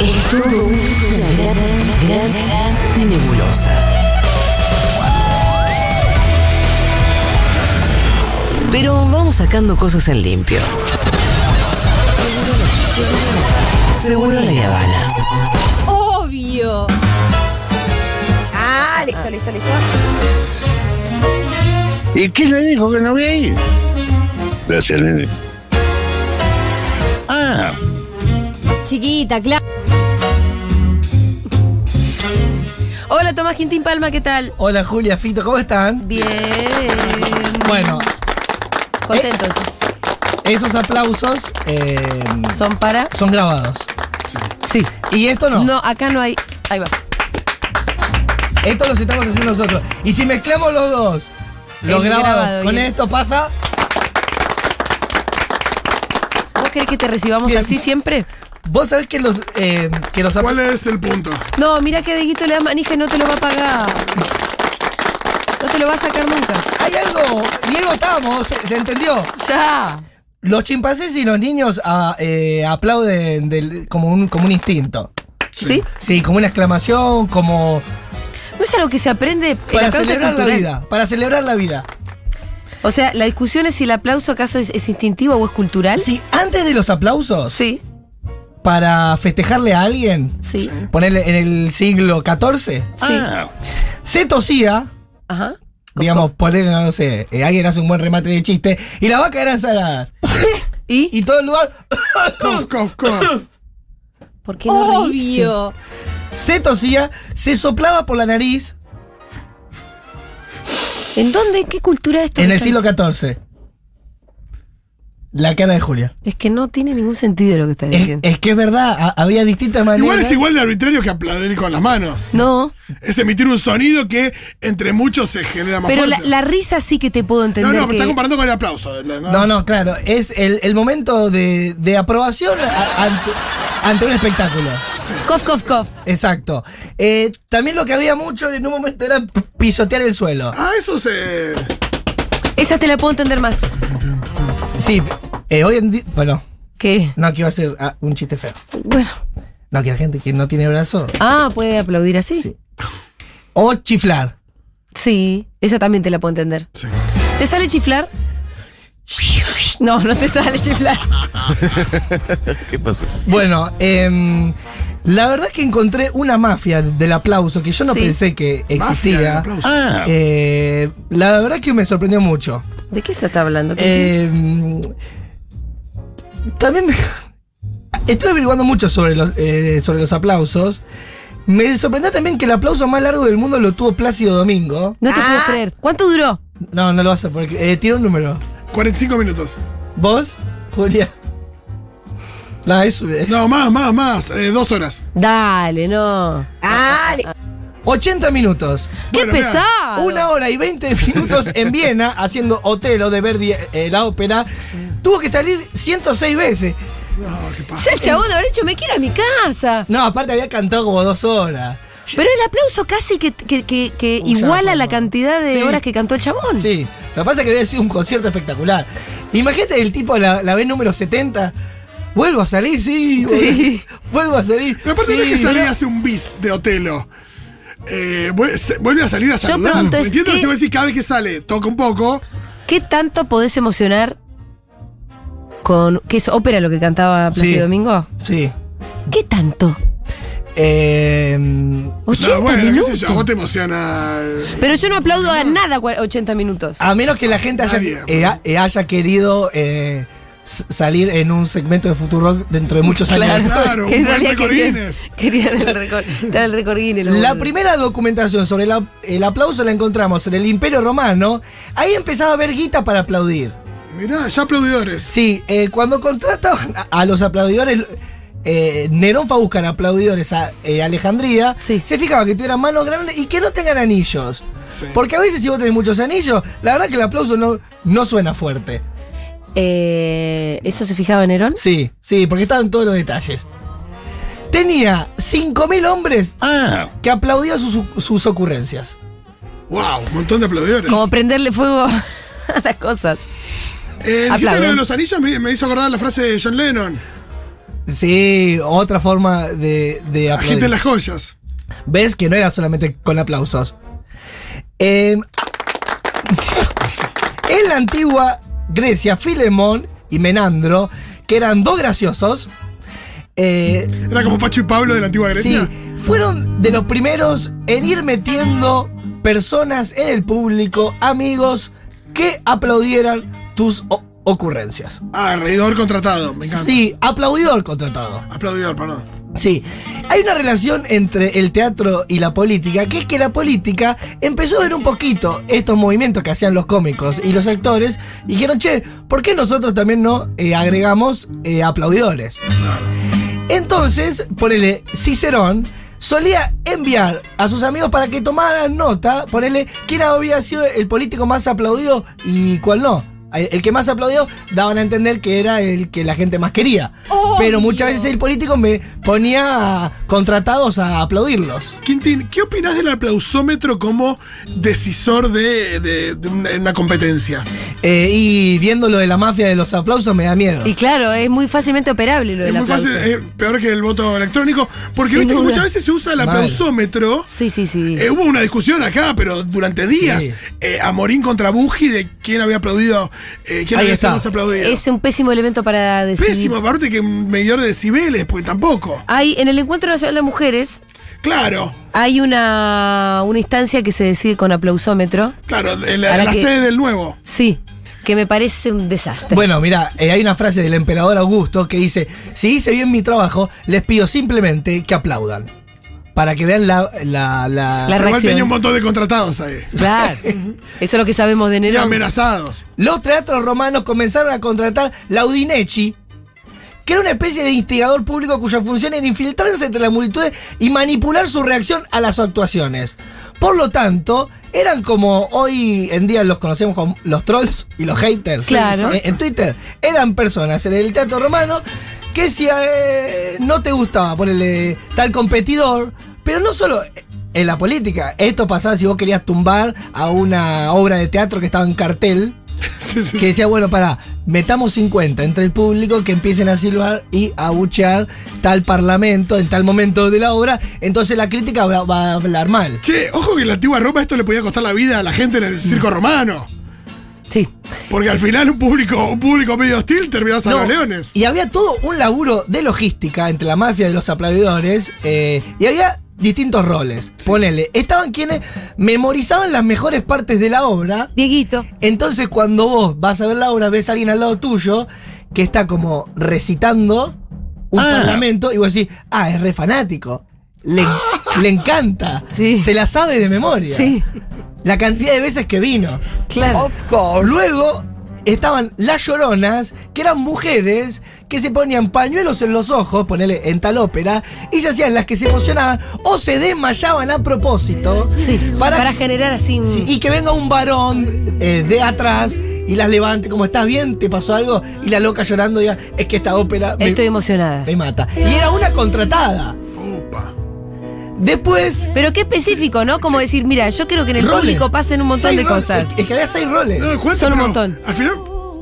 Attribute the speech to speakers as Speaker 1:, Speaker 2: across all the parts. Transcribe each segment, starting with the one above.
Speaker 1: Es todo una gran, gran, gran nebulosa. Pero vamos sacando cosas en limpio. Seguro la Habana.
Speaker 2: Obvio. Ah, listo, listo, listo.
Speaker 3: ¿Y quién le dijo que no voy a ir? Gracias, nene. Ah,
Speaker 2: Chiquita, claro. Hola, Tomás Quintín Palma, ¿qué tal?
Speaker 4: Hola Julia, Fito, ¿cómo están?
Speaker 2: Bien.
Speaker 4: Bueno, eh.
Speaker 2: Contentos.
Speaker 4: esos aplausos eh,
Speaker 2: Son para.
Speaker 4: son grabados.
Speaker 1: Sí.
Speaker 4: Y esto no.
Speaker 2: No. acá no hay. Ahí va.
Speaker 4: Esto los estamos haciendo nosotros. Y si mezclamos los dos, los
Speaker 2: El
Speaker 4: grabados,
Speaker 2: grabado y
Speaker 4: con
Speaker 2: el-
Speaker 4: esto pasa.
Speaker 2: ¿Vos querés que te recibamos
Speaker 4: Bien.
Speaker 2: así siempre?
Speaker 4: Vos sabés que los, eh, que los apl-
Speaker 5: ¿Cuál es el punto?
Speaker 2: No, mira que Deguito le da manija y no te lo va a pagar. No te lo va a sacar nunca.
Speaker 4: Hay algo. Diego Tamo, se, se entendió.
Speaker 2: Ya.
Speaker 4: Los chimpancés y los niños ah, eh, aplauden del- como, un, como un instinto.
Speaker 2: ¿Sí?
Speaker 4: Sí, como una exclamación, como.
Speaker 2: ¿No es algo que se aprende en
Speaker 4: Para
Speaker 2: aplauso
Speaker 4: celebrar la
Speaker 2: cultural?
Speaker 4: vida. Para celebrar la vida.
Speaker 2: O sea, la discusión es si el aplauso acaso es, es instintivo o es cultural.
Speaker 4: Sí, antes de los aplausos,
Speaker 2: Sí,
Speaker 4: para festejarle a alguien,
Speaker 2: sí.
Speaker 4: ponerle en el siglo XIV,
Speaker 2: Sí.
Speaker 3: ah.
Speaker 4: se tosía,
Speaker 2: Ajá.
Speaker 4: digamos, ponerle, no sé, eh, alguien hace un buen remate de chiste, y las vacas eran saladas.
Speaker 2: ¿Y?
Speaker 4: Y todo el lugar
Speaker 5: Cof, cof, cof.
Speaker 1: ¿Por qué no reírse?
Speaker 4: se tosía, se soplaba por la nariz
Speaker 2: ¿En dónde? ¿Qué cultura esto?
Speaker 4: en
Speaker 2: que
Speaker 4: el
Speaker 2: estás
Speaker 4: siglo
Speaker 2: diciendo?
Speaker 4: XIV. La cara de Julia.
Speaker 2: Es que no tiene ningún sentido lo que estás
Speaker 4: Es,
Speaker 2: diciendo.
Speaker 4: es que es verdad, ha- había distintas maneras.
Speaker 5: Igual
Speaker 2: ¿eh?
Speaker 5: es igual de arbitrario que aplaudir con las manos.
Speaker 2: No,
Speaker 5: Es emitir un sonido que entre muchos se genera más
Speaker 2: pero la,
Speaker 5: fuerte.
Speaker 2: la risa sí que te puedo
Speaker 5: no,
Speaker 2: entender.
Speaker 5: no, me
Speaker 2: que-
Speaker 5: está comparando con el aplauso. ¿eh? la-
Speaker 4: No, no, claro, es el, el momento de, de aprobación a- ante- ante un espectáculo.
Speaker 2: Cof, cof, cof.
Speaker 4: Exacto. Eh, también lo que había mucho en un momento era p- pisotear el suelo.
Speaker 5: Ah, eso se.
Speaker 2: Esa te la puedo entender más.
Speaker 4: Sí, eh, hoy en día. Bueno,
Speaker 2: ¿Qué?
Speaker 4: no, que iba a ser ah, un chiste feo.
Speaker 2: Bueno.
Speaker 4: No, que la gente que no tiene brazo.
Speaker 2: Ah, puede aplaudir así. Sí.
Speaker 4: Sí. O chiflar.
Speaker 2: esa también te la puedo entender.
Speaker 5: Sí.
Speaker 2: ¿Te sale chiflar? No, no te sale chiflar.
Speaker 6: ¿Qué pasó?
Speaker 4: Bueno, em, la verdad es que encontré una mafia del aplauso que yo no
Speaker 2: Sí.
Speaker 4: pensé que
Speaker 5: Mafia del
Speaker 4: existía.
Speaker 5: aplauso.
Speaker 3: Ah,
Speaker 4: Eh, la verdad es que me sorprendió mucho.
Speaker 2: ¿De qué se está hablando? ¿Qué-
Speaker 4: Em, también estoy averiguando mucho sobre los, eh, sobre los aplausos. Me sorprendió también que el aplauso más largo del mundo lo tuvo Plácido Domingo.
Speaker 2: no te puedo creer. ¿Cuánto duró?
Speaker 4: No, no lo vas a poder. cre- Eh, tira un número.
Speaker 5: 45 minutos.
Speaker 4: ¿Vos, Julia? No, es, es-
Speaker 5: No, más, más, más. eh, dos horas.
Speaker 2: Dale, no.
Speaker 4: 80 minutos.
Speaker 2: ¡Qué
Speaker 5: Bueno, mirá,
Speaker 2: pesado!
Speaker 4: Una hora y 20 minutos en Viena haciendo Otelo de Verdi, eh, la ópera. Tuvo que salir 106 veces.
Speaker 5: No, qué pasa.
Speaker 2: Ya el chabón habrá dicho, me quiero a mi casa.
Speaker 4: No, aparte había cantado como dos horas.
Speaker 2: Pero el aplauso casi que, que- que- que
Speaker 4: Un
Speaker 2: iguala
Speaker 4: llanto,
Speaker 2: la
Speaker 4: ¿no?
Speaker 2: cantidad de
Speaker 4: Sí.
Speaker 2: horas que cantó el chabón.
Speaker 4: Sí, lo que pasa es que había sido un concierto espectacular. Imagínate el tipo, la, la vez número 70. Vuelvo a salir, sí. vuelvo-
Speaker 2: Sí.
Speaker 4: Vuelvo a salir.
Speaker 5: Pero aparte
Speaker 4: sí,
Speaker 5: no es que salí hace un bis de Otelo. Eh, vuel- se- vuelve a salir a saludar.
Speaker 2: pregunto, es
Speaker 5: Entiendo
Speaker 2: que-
Speaker 5: que si vos decís cada vez que sale, toca un poco.
Speaker 2: ¿Qué tanto podés emocionar con. ¿Qué es ópera lo que cantaba Plácido
Speaker 4: Sí.
Speaker 2: Domingo?
Speaker 4: Sí.
Speaker 2: ¿Qué tanto?
Speaker 4: Eh,
Speaker 2: ¿80
Speaker 5: No, bueno, qué sé
Speaker 2: minutos?
Speaker 5: yo, a vos te emociona. eh,
Speaker 2: Pero yo no aplaudo a nada cua- 80 minutos.
Speaker 5: Ah,
Speaker 4: a menos que la gente haya,
Speaker 5: Nadie.
Speaker 4: eh, ha- eh, haya querido eh, s- salir en un segmento de Futurock dentro de muchos años.
Speaker 5: claro,
Speaker 2: que
Speaker 5: un
Speaker 2: en
Speaker 5: buen
Speaker 2: realidad
Speaker 5: récord
Speaker 2: querían-
Speaker 5: Guinness.
Speaker 2: Querían el récord dar el récord Guinness, los
Speaker 4: La
Speaker 2: boludos.
Speaker 4: primera documentación sobre la- el aplauso la encontramos en el Imperio Romano. Ahí empezaba a haber guita para aplaudir.
Speaker 5: Mirá, ya aplaudidores.
Speaker 4: Sí, eh, cuando contrataban a, a los aplaudidores, eh, Nerón fue a buscar aplaudidores a eh, Alejandría,
Speaker 2: Sí.
Speaker 4: se fijaba que tuvieran manos grandes y que no tengan anillos.
Speaker 5: Sí.
Speaker 4: Porque a veces si vos tenés muchos anillos, la verdad que el aplauso no, no suena fuerte.
Speaker 2: Eh, ¿Eso se fijaba Nerón?
Speaker 4: Sí, sí, porque estaban todos los detalles. Tenía 5.000 hombres
Speaker 3: ah.
Speaker 4: que aplaudían sus, sus ocurrencias.
Speaker 5: Wow, un montón de aplaudidores.
Speaker 2: Como prenderle fuego a las cosas.
Speaker 5: Eh, dijiste
Speaker 2: Aplauden.
Speaker 5: lo de los anillos me, me hizo acordar la frase de John Lennon.
Speaker 4: Sí, otra forma de, de aplaudir.
Speaker 5: Agiten las joyas.
Speaker 4: ¿Ves que no era solamente con aplausos? Eh, en la antigua Grecia, Filemón y Menandro, que eran dos graciosos, eh,
Speaker 5: Era como Pacho y Pablo de la antigua
Speaker 4: sí,
Speaker 5: Grecia.
Speaker 4: fueron de los primeros en ir metiendo personas en el público, amigos, que aplaudieran tus o- ocurrencias.
Speaker 5: Ah, reidor contratado. Me encanta.
Speaker 4: Sí, aplaudidor contratado.
Speaker 5: Aplaudidor, perdón.
Speaker 4: Sí, hay una relación entre el teatro y la política, que es que la política empezó a ver un poquito estos movimientos que hacían los cómicos y los actores y dijeron, che, ¿por qué nosotros también no eh, agregamos eh, aplaudidores? Entonces, ponele, Cicerón solía enviar a sus amigos para que tomaran nota, ponele, quién había sido el político más aplaudido y cuál no. El el que más aplaudió daban a entender que era el que la gente más quería. Pero muchas veces el político me ponía a- contratados a aplaudirlos.
Speaker 5: Quintín, ¿qué opinás del aplausómetro como decisor de, de- de una, una competencia?
Speaker 4: Eh, y viendo lo de la mafia de los aplausos me da miedo.
Speaker 2: Y claro, es muy fácilmente operable lo
Speaker 5: Es
Speaker 2: del
Speaker 5: muy
Speaker 2: aplauso.
Speaker 5: fácil, eh, peor que el voto electrónico, porque
Speaker 2: Sin
Speaker 5: viste que
Speaker 2: duda.
Speaker 5: muchas veces se usa el
Speaker 4: Mal.
Speaker 5: aplausómetro.
Speaker 2: Sí, sí, sí.
Speaker 5: Eh, hubo una discusión acá, pero durante días,
Speaker 4: Sí.
Speaker 5: eh, Amorín contra Buji de quién había aplaudido, eh, quién
Speaker 4: Ahí
Speaker 5: había sido
Speaker 4: está.
Speaker 5: más aplaudido.
Speaker 2: Es un pésimo elemento para decir.
Speaker 5: Pésimo, aparte que un medidor de decibeles, pues tampoco.
Speaker 2: Hay, en el Encuentro Nacional de Mujeres
Speaker 5: Claro,
Speaker 2: hay una, una instancia que se decide con aplausómetro.
Speaker 5: claro, en
Speaker 2: A
Speaker 5: la,
Speaker 2: la
Speaker 5: en la
Speaker 2: que-
Speaker 5: sede del nuevo.
Speaker 2: Sí, que me parece un desastre.
Speaker 4: Bueno, mira, eh, hay una frase del emperador Augusto que dice, si hice bien mi trabajo, les pido simplemente que aplaudan. Para que vean la... la, la-
Speaker 2: La
Speaker 5: Igual
Speaker 2: reacción.
Speaker 5: tenía un montón de contratados ahí.
Speaker 2: Claro. Eso es lo que sabemos de
Speaker 5: Y
Speaker 2: Nerón.
Speaker 5: amenazados.
Speaker 4: Los teatros romanos comenzaron a contratar Laudinecci, que era una especie de instigador público cuya función era infiltrarse entre la multitud y manipular su reacción a las actuaciones. Por lo tanto, eran como hoy en día los conocemos como los trolls y los haters.
Speaker 2: Claro.
Speaker 4: En, en Twitter eran personas en el teatro romano que si eh, no te gustaba ponerle tal competidor, pero no solo en la política. Esto pasaba si vos querías tumbar a una obra de teatro que estaba en cartel
Speaker 5: Sí, sí,
Speaker 4: que decía, bueno, pará, metamos 50 entre el público que empiecen a silbar y a buchear tal parlamento en tal momento de la obra, entonces la crítica va, va a hablar mal.
Speaker 5: Che, ojo que en la antigua Roma esto le podía costar la vida a la gente en el
Speaker 4: Mm.
Speaker 5: circo romano.
Speaker 2: Sí.
Speaker 5: Porque al final un público, un público medio hostil terminaba a
Speaker 4: No,
Speaker 5: los leones.
Speaker 4: Y había todo un laburo de logística entre la mafia de los aplaudidores eh, y había distintos roles. Ponele, estaban quienes memorizaban las mejores partes de la obra
Speaker 2: Dieguito.
Speaker 4: Entonces, cuando vos vas a ver la obra, ves a alguien al lado tuyo que está como recitando un
Speaker 3: Ah.
Speaker 4: parlamento y vos decís, ah, es re fanático. Le, le encanta.
Speaker 2: Sí.
Speaker 4: Se la sabe de memoria.
Speaker 2: Sí,
Speaker 4: La cantidad de veces que vino. Oh.
Speaker 2: claro.
Speaker 4: Luego estaban las lloronas, que eran mujeres que se ponían pañuelos en los ojos, ponele en tal ópera, y se hacían las que se emocionaban o se desmayaban a propósito
Speaker 2: Sí. Para, generar así un.
Speaker 4: Sí, y que venga un varón eh, de atrás y las levante, como estás bien, te pasó algo, y la loca llorando diga, es que esta ópera me,
Speaker 2: Estoy emocionada.
Speaker 4: me mata. Y era una contratada.
Speaker 5: Opa.
Speaker 4: Después...
Speaker 2: Pero qué específico, ¿no? Como decir, mira, yo quiero que en el
Speaker 4: roles.
Speaker 2: público pasen un montón
Speaker 4: Seis
Speaker 2: de
Speaker 4: roles.
Speaker 2: cosas.
Speaker 4: Es que había seis roles.
Speaker 5: No, ¿cuánto?
Speaker 2: Son un
Speaker 5: Pero
Speaker 2: montón.
Speaker 5: Al final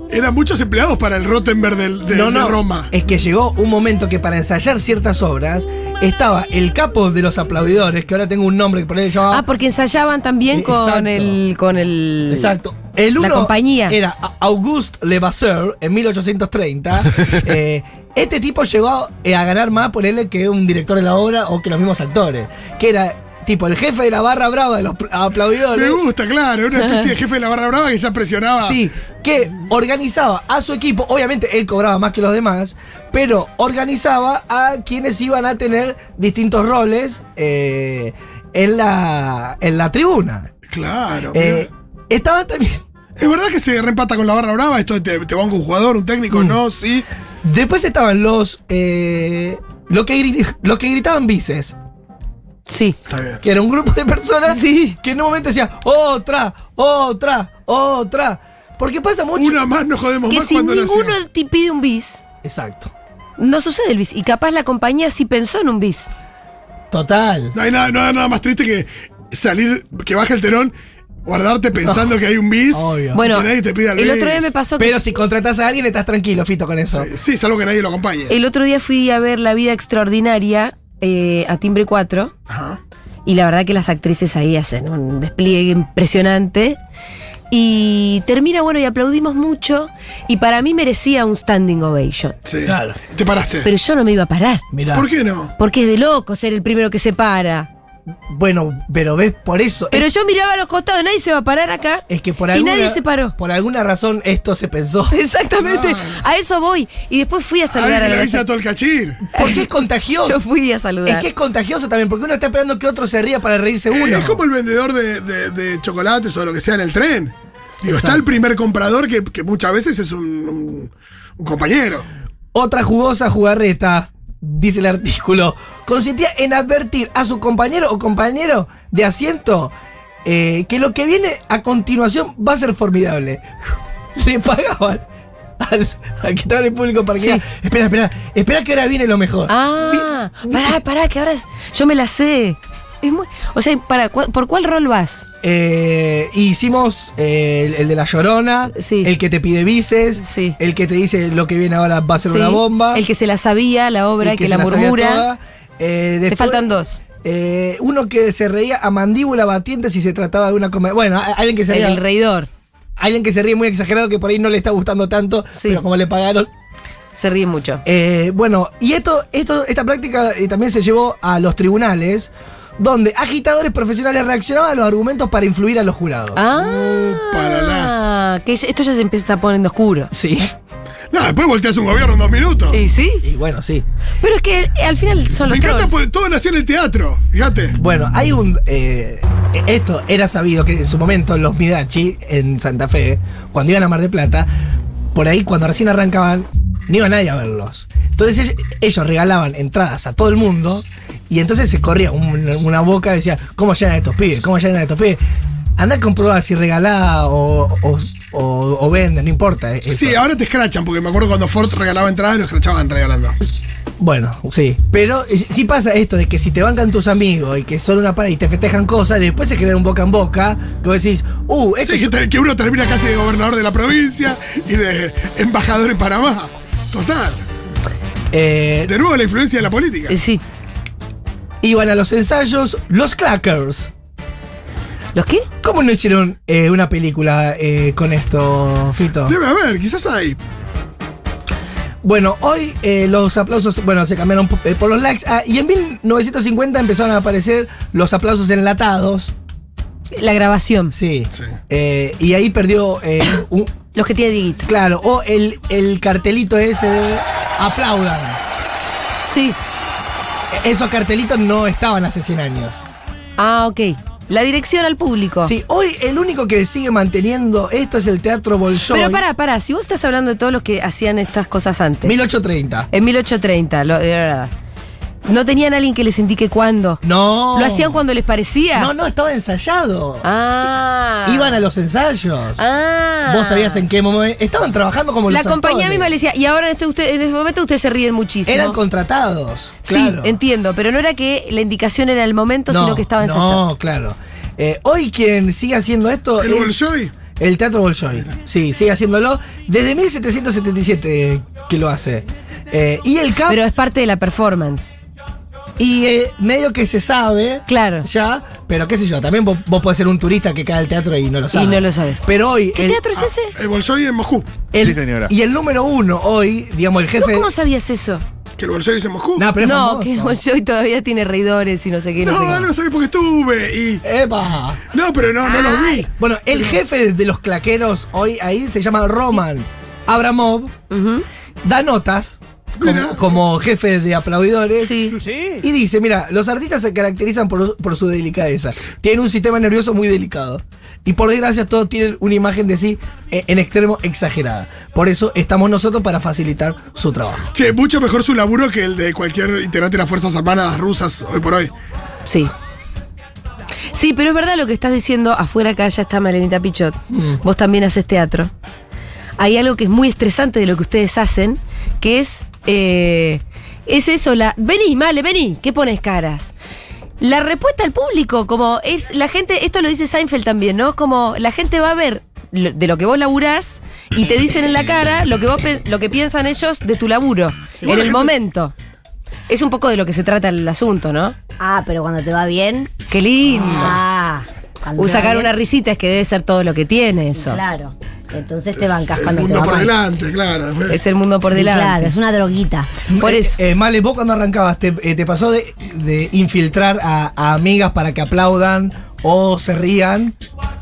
Speaker 5: eran muchos empleados para el Rottenberg del, de,
Speaker 4: No,
Speaker 5: de
Speaker 4: no.
Speaker 5: Roma.
Speaker 4: Es que llegó un momento que para ensayar ciertas obras estaba el capo de los aplaudidores, que ahora tengo un nombre que por ahí se llamaba.
Speaker 2: Ah, porque ensayaban también
Speaker 4: Eh,
Speaker 2: con
Speaker 4: exacto.
Speaker 2: el, con el.
Speaker 4: Exacto. El
Speaker 2: La
Speaker 4: uno
Speaker 2: compañía.
Speaker 4: Era A- Auguste Levasseur en 1830. Eh, este tipo llegó a, eh, a ganar más por él que un director de la obra o que los mismos actores. Que era tipo el jefe de la barra brava de los pl-
Speaker 5: Me
Speaker 4: aplaudidores.
Speaker 5: gusta, claro. Una especie de jefe de la barra brava que ya presionaba.
Speaker 4: Sí, que organizaba a su equipo, obviamente él cobraba más que los demás, pero organizaba a quienes iban a tener distintos roles eh, en, la, en la tribuna.
Speaker 5: Claro.
Speaker 4: Eh, estaba también
Speaker 5: es verdad que se reempata con la barra brava. Esto te, te banca un jugador, un técnico,
Speaker 2: Mm.
Speaker 5: no, sí.
Speaker 4: Después estaban los. Eh, lo, que gri- lo que gritaban bices,
Speaker 2: Sí.
Speaker 5: Está bien.
Speaker 4: que era un grupo de personas
Speaker 2: Sí.
Speaker 4: que en un momento decía otra, otra, otra. Porque pasa mucho.
Speaker 5: Una más nos jodemos
Speaker 2: Que
Speaker 5: más
Speaker 2: si
Speaker 5: cuando
Speaker 2: ninguno
Speaker 5: nacimos.
Speaker 2: te pide un bis,
Speaker 4: Exacto.
Speaker 2: no sucede el bis. Y capaz la compañía sí pensó en un bis.
Speaker 4: Total.
Speaker 5: No hay nada, no hay nada más triste que salir, que baje el telón guardarte pensando que hay un bis.
Speaker 4: Obvio.
Speaker 2: Ah. Bueno,
Speaker 5: que nadie te pida el,
Speaker 2: el otro
Speaker 5: bis.
Speaker 2: día me pasó que
Speaker 4: Pero si contratás a alguien, estás tranquilo, Fito, con eso.
Speaker 5: Sí, salvo que nadie lo acompañe.
Speaker 2: el otro día fui a ver La Vida Extraordinaria eh, a Timbre 4
Speaker 5: Ajá.
Speaker 2: y la verdad que las actrices ahí hacen un despliegue impresionante. Y termina, bueno, y aplaudimos mucho y para mí merecía un standing ovation.
Speaker 5: Sí.
Speaker 4: Claro.
Speaker 5: Te paraste.
Speaker 2: Pero yo no me iba a parar,
Speaker 4: Mirá.
Speaker 5: ¿Por qué no?
Speaker 2: porque es de loco ser el primero que se para.
Speaker 4: Bueno, pero ves, por eso.
Speaker 2: Pero
Speaker 4: es,
Speaker 2: yo miraba a los costados, nadie se va a parar acá.
Speaker 4: es que por
Speaker 2: y
Speaker 4: alguna,
Speaker 2: nadie se paró.
Speaker 4: Por alguna razón esto se pensó.
Speaker 2: Exactamente,
Speaker 5: Ah.
Speaker 2: a eso voy. Y después fui a saludar
Speaker 5: Alguien
Speaker 2: a
Speaker 5: le
Speaker 2: la
Speaker 5: avisa a todo el cachir.
Speaker 4: Porque es contagioso.
Speaker 2: Yo fui a saludar.
Speaker 4: Es que es contagioso también, porque uno está esperando que otro se ría para reírse uno.
Speaker 5: Es como el vendedor de, de- de chocolates o de lo que sea en el tren.
Speaker 4: Exacto.
Speaker 5: Digo, está el primer comprador que, que muchas veces es un, un- un compañero.
Speaker 4: Otra jugosa jugarreta, dice el artículo, consistía en advertir a su compañero o compañero de asiento eh, que lo que viene a continuación va a ser formidable. Le pagaban al, al que estaba en el público para que
Speaker 2: Sí.
Speaker 4: diga, espera, espera, espera que ahora viene lo mejor.
Speaker 2: Ah, pará, pará, que ahora es- yo me la sé. Es muy- o sea, para, cua- ¿por cuál rol vas?
Speaker 4: Eh, y hicimos eh, el, el de la llorona,
Speaker 2: Sí.
Speaker 4: el que te pide bices,
Speaker 2: Sí.
Speaker 4: el que te dice lo que viene ahora va a ser
Speaker 2: Sí,
Speaker 4: una bomba,
Speaker 2: El que se la sabía, la obra, el que, la
Speaker 4: se sabía toda.
Speaker 2: murmura.
Speaker 4: Eh,
Speaker 2: Te
Speaker 4: después-
Speaker 2: faltan dos.
Speaker 4: Eh, uno que se reía a mandíbula batiente si se trataba de una comedia. Bueno, a- alguien que se
Speaker 2: El
Speaker 4: ríe.
Speaker 2: reidor.
Speaker 4: Alguien que se ríe muy exagerado que por ahí no le está gustando tanto,
Speaker 2: Sí.
Speaker 4: pero como le pagaron.
Speaker 2: Se ríe mucho.
Speaker 4: Eh, bueno, y esto, esto, esta práctica eh, también se llevó a los tribunales, donde agitadores profesionales reaccionaban a los argumentos para influir a los jurados.
Speaker 5: para
Speaker 2: Ah, que ya- esto ya se empieza a poner en oscuro.
Speaker 4: Sí.
Speaker 5: No, después volteas un gobierno en dos minutos.
Speaker 2: ¿Y sí?
Speaker 4: Y bueno, sí.
Speaker 2: Pero es que eh, al final son
Speaker 5: Me
Speaker 2: los
Speaker 5: encanta
Speaker 2: trolls.
Speaker 5: porque todo nació en el teatro. Fíjate.
Speaker 4: Bueno, hay un. eh, esto era sabido que en su momento los Midachi en Santa Fe, cuando iban a Mar de Plata, por ahí cuando recién arrancaban, no iba nadie a verlos. Entonces ell- ellos regalaban entradas a todo el mundo y entonces se corría un- una boca y decía: ¿Cómo llenan estos pibes? ¿Cómo llenan estos pibes? Andá a comprobar si regalá o, o, o- o venden, no importa. eh, eso.
Speaker 5: Sí, ahora te escrachan, porque me acuerdo cuando Ford regalaba entradas, lo escrachaban regalando.
Speaker 4: Bueno, sí. Pero eh, sí pasa esto de que si te bancan tus amigos y que son una para y te festejan cosas, después se genera un boca en boca que vos decís, uh, este
Speaker 5: Sí, que, te- que uno termina casi de gobernador de la provincia y de embajador en Panamá. Total.
Speaker 4: eh,
Speaker 5: De nuevo la influencia de la política.
Speaker 2: Eh, Sí.
Speaker 4: iban a los ensayos los clackers.
Speaker 2: ¿Los qué?
Speaker 4: ¿Cómo no hicieron eh, una película eh, con esto, Fito?
Speaker 5: Debe haber, quizás hay.
Speaker 4: Bueno, hoy eh, los aplausos, bueno, se cambiaron po- eh, por los likes. Ah, y en 1950 empezaron a aparecer los aplausos enlatados.
Speaker 2: La grabación.
Speaker 4: Sí.
Speaker 5: Sí.
Speaker 4: Eh, y ahí perdió eh, un,
Speaker 2: Los que tiene Dieguito.
Speaker 4: Claro, o el, el cartelito ese de aplaudan.
Speaker 2: Sí.
Speaker 4: Esos cartelitos no estaban hace 100 años.
Speaker 2: Ah, ok. La dirección al público.
Speaker 4: Sí, hoy el único que sigue manteniendo esto es el Teatro Bolshoi.
Speaker 2: Pero pará, pará, si vos estás hablando de todos los que hacían estas cosas antes.
Speaker 4: 1830.
Speaker 2: En 1830, lo, de verdad. ¿No tenían alguien que les indique cuándo?
Speaker 4: No.
Speaker 2: ¿Lo hacían cuando les parecía?
Speaker 4: No, no, estaba ensayado.
Speaker 2: Ah.
Speaker 4: Iban a los ensayos.
Speaker 2: Ah.
Speaker 4: Vos sabías en qué momento. Estaban trabajando como
Speaker 2: La
Speaker 4: los
Speaker 2: compañía
Speaker 4: actores.
Speaker 2: misma le decía, y ahora en este, usted, en este momento ustedes se ríen muchísimo.
Speaker 4: Eran contratados. claro.
Speaker 2: Sí, entiendo, pero no era que la indicación era el momento, sino que estaba ensayando.
Speaker 4: No, claro. Eh, hoy quien sigue haciendo
Speaker 2: Oh,
Speaker 4: esto
Speaker 5: El
Speaker 4: es-
Speaker 5: Bolshoi.
Speaker 4: El Teatro Bolshoi. Sí, sigue haciéndolo. Desde 1777 que lo hace. Eh, y el CAP.
Speaker 2: Pero es parte de la performance.
Speaker 4: y eh, medio que se sabe.
Speaker 2: Claro.
Speaker 4: Ya. Pero qué sé yo, también vos, vos podés ser un turista que cae al teatro y no lo sabes.
Speaker 2: no lo sabes.
Speaker 4: Pero hoy.
Speaker 2: ¿Qué
Speaker 4: el- ah,
Speaker 2: teatro es ese?
Speaker 5: El Bolshoi en Moscú.
Speaker 4: el-
Speaker 6: Sí, señora.
Speaker 4: Y el número uno hoy, digamos, el
Speaker 2: ¿Vos
Speaker 4: jefe.
Speaker 2: ¿Cómo sabías eso?
Speaker 5: Que el Bolshoi es en Moscú.
Speaker 4: Nah, pero es
Speaker 2: no,
Speaker 4: famoso.
Speaker 2: que Bolshoi todavía tiene reidores y no sé qué. No,
Speaker 5: no,
Speaker 2: sé qué.
Speaker 5: no, sabés por qué estuve. Y,
Speaker 4: Epa.
Speaker 5: no, pero no, no los vi.
Speaker 4: Bueno, el jefe de los claqueros hoy ahí se llama Roman Abramov.
Speaker 2: Ujú.
Speaker 4: da notas como,
Speaker 5: Mirá.
Speaker 4: como jefe de aplaudidores
Speaker 2: Sí.
Speaker 4: y dice, mira, los artistas se caracterizan por, por su delicadeza. Tienen un sistema nervioso muy delicado. Y por desgracia todos tienen una imagen de sí eh, en extremo exagerada. Por eso estamos nosotros para facilitar su trabajo.
Speaker 5: Che, mucho mejor su laburo que el de cualquier integrante de las Fuerzas Armadas rusas hoy por hoy.
Speaker 2: Sí. Sí, pero es verdad lo que estás diciendo. Afuera acá ya está Malenita Pichot. Vos también haces teatro. Hay algo que es muy estresante de lo que ustedes hacen, que es. eh, es eso, la. Vení, Male, vení, ¿qué pones caras? La respuesta al público, como es la gente, esto lo dice Seinfeld también, ¿no? Como la gente va a ver lo- de lo que vos laburás y te dicen en la cara lo que vos pe- lo que piensan ellos de tu laburo en
Speaker 5: Igual la
Speaker 2: el
Speaker 5: gente-
Speaker 2: momento. Es un poco de lo que se trata el asunto, ¿no?
Speaker 1: Ah, pero cuando te va bien.
Speaker 2: Qué lindo.
Speaker 1: Ah. cuando
Speaker 2: O
Speaker 1: te va
Speaker 2: sacar
Speaker 1: bien,
Speaker 2: una risita es que debe ser todo lo que tiene eso.
Speaker 1: Claro. Entonces te bancas
Speaker 5: el
Speaker 1: cuando te
Speaker 5: mundo
Speaker 1: va
Speaker 5: por
Speaker 1: mal.
Speaker 5: delante, claro. después-
Speaker 2: Es el mundo por delante.
Speaker 1: Claro, es una droguita.
Speaker 2: Por
Speaker 4: Eh,
Speaker 2: eso.
Speaker 4: Eh, Male, vos cuando arrancabas, ¿te, eh, te pasó de, de infiltrar a, a amigas para que aplaudan o se rían?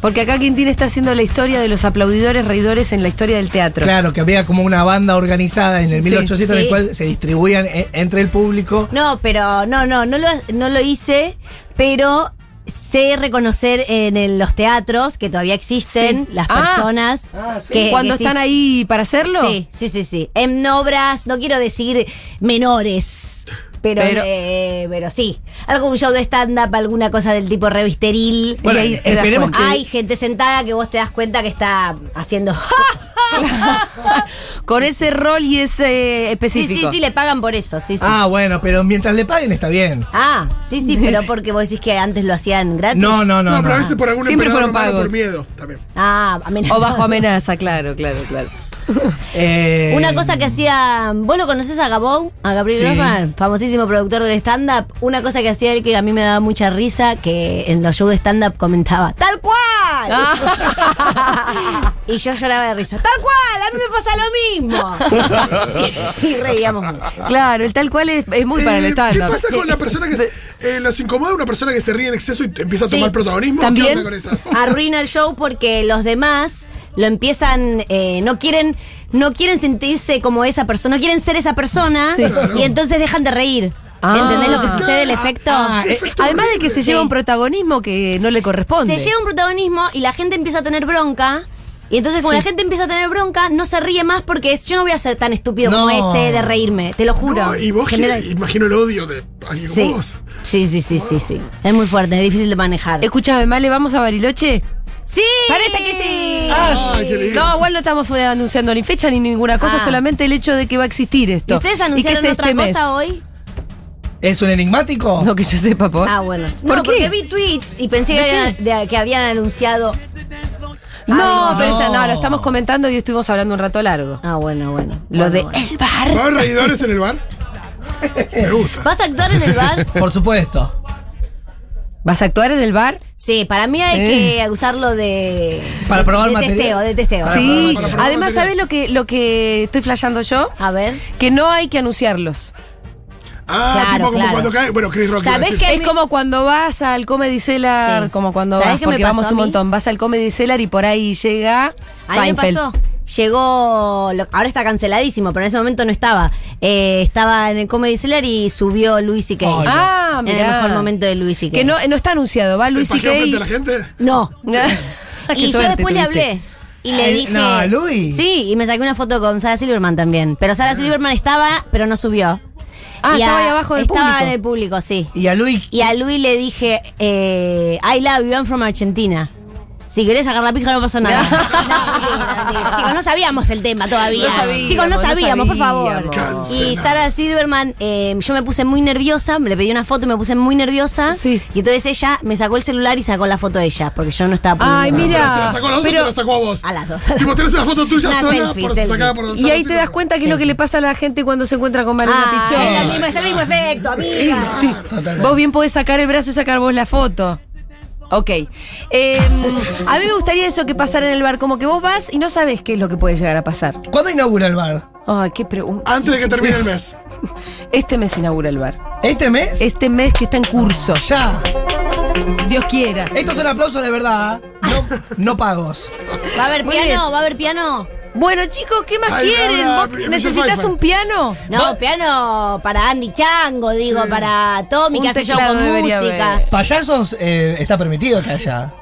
Speaker 2: Porque acá Quintín está haciendo la historia de los aplaudidores reidores en la historia del teatro.
Speaker 4: Claro, que había como una banda organizada en el
Speaker 2: Sí,
Speaker 4: 1800 en
Speaker 1: sí.
Speaker 4: el cual se distribuían eh, entre el público.
Speaker 1: No, pero no, no, no lo, no lo hice, pero sé reconocer en el- los teatros que todavía existen
Speaker 2: Sí.
Speaker 1: las
Speaker 2: Ah.
Speaker 1: personas
Speaker 4: Ah, sí.
Speaker 1: que
Speaker 2: Cuando
Speaker 1: que sí-
Speaker 2: están ahí para hacerlo.
Speaker 1: Sí, sí, sí, sí. En obras, no quiero decir menores, pero
Speaker 2: Pero-
Speaker 1: pero, pero sí. Algún show de stand-up, alguna cosa del tipo revisteril.
Speaker 4: Bueno,
Speaker 2: Y ahí te das
Speaker 4: esperemos
Speaker 2: cuenta.
Speaker 4: que-
Speaker 1: Hay gente sentada que vos te das cuenta que está haciendo...
Speaker 2: Con ese rol y ese eh,
Speaker 1: sí, sí,
Speaker 2: específico.
Speaker 1: sí, le pagan por eso, sí, sí.
Speaker 4: Ah, bueno, pero mientras le paguen está bien.
Speaker 1: Ah, sí, sí, pero porque vos decís que antes lo hacían gratis.
Speaker 4: No, no, no.
Speaker 5: no,
Speaker 4: no.
Speaker 5: pero a veces por algún
Speaker 2: Siempre
Speaker 5: emperador
Speaker 2: fueron
Speaker 5: romano
Speaker 2: pagos.
Speaker 5: por miedo también.
Speaker 1: Ah, amenaza.
Speaker 2: O bajo amenaza, claro, claro, claro.
Speaker 4: Eh,
Speaker 1: Ah. Una cosa que hacía. ¿Vos lo conocés a Gabou? A Gabriel
Speaker 4: Sí.
Speaker 1: Grossman, famosísimo productor del stand-up. Una cosa que hacía él que a mí me daba mucha risa, que en los shows de stand-up comentaba: ¡Tal cual!
Speaker 4: Ah.
Speaker 1: y yo lloraba de risa: ¡Tal cual! ¡A mí me pasa lo mismo! y, reíamos mucho.
Speaker 2: Claro, el tal cual es, es muy para el
Speaker 5: Eh, ¿Qué
Speaker 2: estándar.
Speaker 5: pasa con la persona que se- eh, los incomoda una persona que se ríe en exceso y t- empieza a
Speaker 1: Sí.
Speaker 5: tomar protagonismo? ¿Qué
Speaker 2: También.
Speaker 5: onda con esas?
Speaker 1: Arruina el show porque los demás lo empiezan. eh, no quieren. No quieren sentirse como esa persona, no quieren ser esa persona
Speaker 2: Sí.
Speaker 1: y entonces dejan de reír.
Speaker 2: Ah. eh,
Speaker 1: ¿Entendés lo que sucede? El efecto.
Speaker 2: Además de que se lleva un protagonismo que no le corresponde.
Speaker 1: Se lleva un protagonismo y la gente empieza a tener bronca. Y entonces, como
Speaker 2: Sí.
Speaker 1: la gente empieza a tener bronca, no se ríe más porque es, yo no voy a ser tan estúpido como
Speaker 4: No.
Speaker 1: ese de reírme, te lo juro.
Speaker 5: No, y vos que-
Speaker 1: Genera eso.
Speaker 5: imagino el odio de alguien como
Speaker 1: Sí.
Speaker 5: vos.
Speaker 1: sí, sí, sí, sí, sí. Es muy fuerte, es difícil de manejar.
Speaker 2: Escúchame, Male, ¿vamos a Bariloche?
Speaker 1: ¡Sí!
Speaker 2: Parece que sí.
Speaker 5: Ah, sí. qué lindo.
Speaker 2: No, igual no estamos eh, anunciando ni fecha ni ninguna cosa,
Speaker 1: Ah.
Speaker 2: solamente el hecho de que va a existir esto.
Speaker 1: ¿Y ustedes
Speaker 2: que
Speaker 1: anunciaron
Speaker 2: es
Speaker 1: otra
Speaker 2: este
Speaker 1: cosa
Speaker 2: mes.
Speaker 1: hoy?
Speaker 4: ¿Es un enigmático?
Speaker 2: No, que yo sepa, por.
Speaker 1: Ah, bueno.
Speaker 2: ¿Por
Speaker 1: No,
Speaker 2: qué?
Speaker 1: Porque vi tweets y pensé que
Speaker 2: ¿De qué?
Speaker 1: habían, de- que habían anunciado.
Speaker 2: No,
Speaker 4: Ay,
Speaker 2: pero
Speaker 4: no.
Speaker 2: ya no, lo estamos comentando y estuvimos hablando un rato largo.
Speaker 1: Ah, bueno, bueno.
Speaker 2: Lo
Speaker 1: Bueno,
Speaker 2: de
Speaker 1: bueno.
Speaker 2: el bar.
Speaker 5: ¿Va a haber reidores en el bar? Me gusta.
Speaker 1: ¿Vas a actuar en el bar?
Speaker 4: Por supuesto.
Speaker 2: ¿Vas a actuar en el bar?
Speaker 1: Sí, para mí hay
Speaker 2: Eh.
Speaker 1: que usarlo de.
Speaker 4: Para
Speaker 1: de-
Speaker 4: probar
Speaker 1: de
Speaker 4: material.
Speaker 1: testeo, de testeo.
Speaker 2: sí.
Speaker 5: para probar
Speaker 2: Además, ¿sabes
Speaker 5: material.
Speaker 2: lo que, lo que estoy flasheando yo?
Speaker 1: A ver.
Speaker 2: Que no hay que anunciarlos.
Speaker 5: Ah,
Speaker 1: Claro,
Speaker 5: tipo como
Speaker 1: claro.
Speaker 5: cuando cae. Bueno, Chris Rock. iba
Speaker 1: ¿Sabés
Speaker 5: a decir.
Speaker 1: Que
Speaker 2: Es
Speaker 1: me-
Speaker 2: como cuando vas al Comedy Cellar,
Speaker 1: Sí.
Speaker 2: como cuando
Speaker 1: ¿Sabés
Speaker 2: vas,
Speaker 1: qué me
Speaker 2: porque
Speaker 1: pasó
Speaker 2: vamos
Speaker 1: a
Speaker 2: un
Speaker 1: mí?
Speaker 2: montón. Vas al Comedy Cellar y por ahí llega
Speaker 1: A mí me
Speaker 2: Seinfeld.
Speaker 1: pasó. Llegó, lo- ahora está canceladísimo, pero en ese momento no estaba. Eh, estaba en el Comedy Cellar y subió Luis y
Speaker 4: Ay,
Speaker 2: Ah,
Speaker 1: en el
Speaker 2: mirá.
Speaker 1: mejor momento de Luis y
Speaker 2: Que no, no está anunciado, va
Speaker 5: ¿Se
Speaker 2: Luis y
Speaker 5: pajeó frente a la gente?
Speaker 1: No.
Speaker 2: Ah, Qué
Speaker 1: y yo
Speaker 2: suerte
Speaker 1: después
Speaker 2: tuviste.
Speaker 1: le hablé. Y le
Speaker 4: Ay,
Speaker 1: dije.
Speaker 4: no, Luis.
Speaker 1: Sí, y me saqué una foto con Sara Silverman también. Pero Sara Silverman estaba, pero no subió.
Speaker 2: Ah,
Speaker 1: Y
Speaker 2: estaba
Speaker 1: a-
Speaker 2: ahí abajo del
Speaker 1: Estaba
Speaker 2: público.
Speaker 1: en el público, sí.
Speaker 4: Y a Luis.
Speaker 1: Y a Luis le dije, eh, I love you, I'm from Argentina. Si querés sacar la pija no pasa nada. No, mentira, mentira. Chicos, no sabíamos el tema todavía.
Speaker 2: No sabíamos,
Speaker 1: Chicos, no
Speaker 2: no
Speaker 1: sabíamos, por favor.
Speaker 2: sabíamos.
Speaker 1: Y
Speaker 5: Cancela.
Speaker 1: Sara Silverman, eh, yo me puse muy nerviosa, le pedí una foto y me puse muy nerviosa.
Speaker 2: Sí.
Speaker 1: Y entonces ella me sacó el celular y sacó la foto de ella, porque yo no estaba
Speaker 2: Ay,
Speaker 1: pudiendo-
Speaker 2: mira.
Speaker 5: ¿Se la sacó a los
Speaker 2: Pero-
Speaker 5: o te la sacó a vos?
Speaker 1: A las dos.
Speaker 5: Tipo, tenés una foto tuya
Speaker 1: Una
Speaker 5: sola
Speaker 1: selfie,
Speaker 5: por
Speaker 1: selfie.
Speaker 5: sacada por
Speaker 2: Y ahí te das cuenta que es lo que le pasa a la gente cuando se encuentra con Mariana
Speaker 1: Ah,
Speaker 2: Pichón.
Speaker 1: es, la misma- es el mismo efecto, amiga.
Speaker 4: Totalmente.
Speaker 2: Vos bien podés sacar el brazo y sacar vos la foto. Ok. Eh, a mí me gustaría eso que pasara en el bar, como que vos vas y no sabes qué es lo que puede llegar a pasar.
Speaker 4: ¿Cuándo inaugura el bar?
Speaker 2: Ay, qué pregunta.
Speaker 5: Antes de que termine el mes.
Speaker 2: Este mes inaugura el bar.
Speaker 4: ¿Este mes?
Speaker 2: Este mes que está en curso.
Speaker 4: Ya.
Speaker 2: Dios quiera.
Speaker 4: Estos son aplausos de verdad. ¿ah? No, no pagos.
Speaker 1: ¿Va a haber
Speaker 2: Muy
Speaker 1: piano?
Speaker 2: bien.
Speaker 1: ¿Va a haber piano?
Speaker 2: Bueno, chicos, ¿qué más
Speaker 5: Ay,
Speaker 2: quieren?
Speaker 5: habla,
Speaker 2: ¿Vos
Speaker 5: Michelle
Speaker 2: necesitas
Speaker 5: Pfeiffer.
Speaker 2: un piano?
Speaker 1: No, piano para Andy Chango, digo, para Tommy,
Speaker 2: Un
Speaker 1: que hace yo
Speaker 2: teclado
Speaker 1: con
Speaker 2: debería
Speaker 1: música.
Speaker 2: haber.
Speaker 4: Payasos eh, está permitido que haya.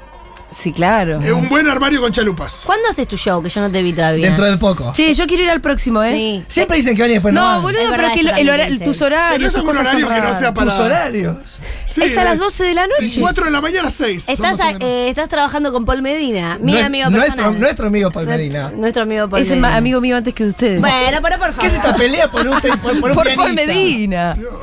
Speaker 2: Sí, claro.
Speaker 5: Es un buen armario con chalupas.
Speaker 1: ¿Cuándo haces tu show? Que yo no te vi todavía.
Speaker 4: Dentro de poco.
Speaker 2: Che, yo quiero ir al próximo, ¿eh?
Speaker 1: Sí.
Speaker 4: Siempre dicen que van y después no.
Speaker 2: No,
Speaker 4: van.
Speaker 2: boludo,
Speaker 1: Es
Speaker 2: pero
Speaker 1: verdad,
Speaker 2: que
Speaker 1: eso
Speaker 2: el- el
Speaker 1: también
Speaker 2: hora-
Speaker 1: dicen.
Speaker 2: tus horarios,
Speaker 5: ¿Tenés
Speaker 2: tus
Speaker 5: algún
Speaker 2: cosas
Speaker 5: horario
Speaker 2: son
Speaker 5: que no
Speaker 2: raras.
Speaker 5: sea
Speaker 4: Tus
Speaker 5: para...?
Speaker 4: horarios.
Speaker 5: Sí, eh.
Speaker 2: es a las 12 de la noche.
Speaker 5: 4 de la mañana, 6.
Speaker 1: Estás, a- eh, estás trabajando con Paul Medina, mi
Speaker 4: Nuest-
Speaker 1: amigo personal.
Speaker 4: nuestro, nuestro amigo Palmerina.
Speaker 1: Nuestro- Nuestro amigo Paul
Speaker 2: Es el
Speaker 1: Medina.
Speaker 2: ma- amigo mío antes que de ustedes.
Speaker 1: Bueno, pero por favor.
Speaker 4: ¿Qué es esta pelea por un, por, un
Speaker 2: por Paul
Speaker 4: pianista?
Speaker 2: Medina.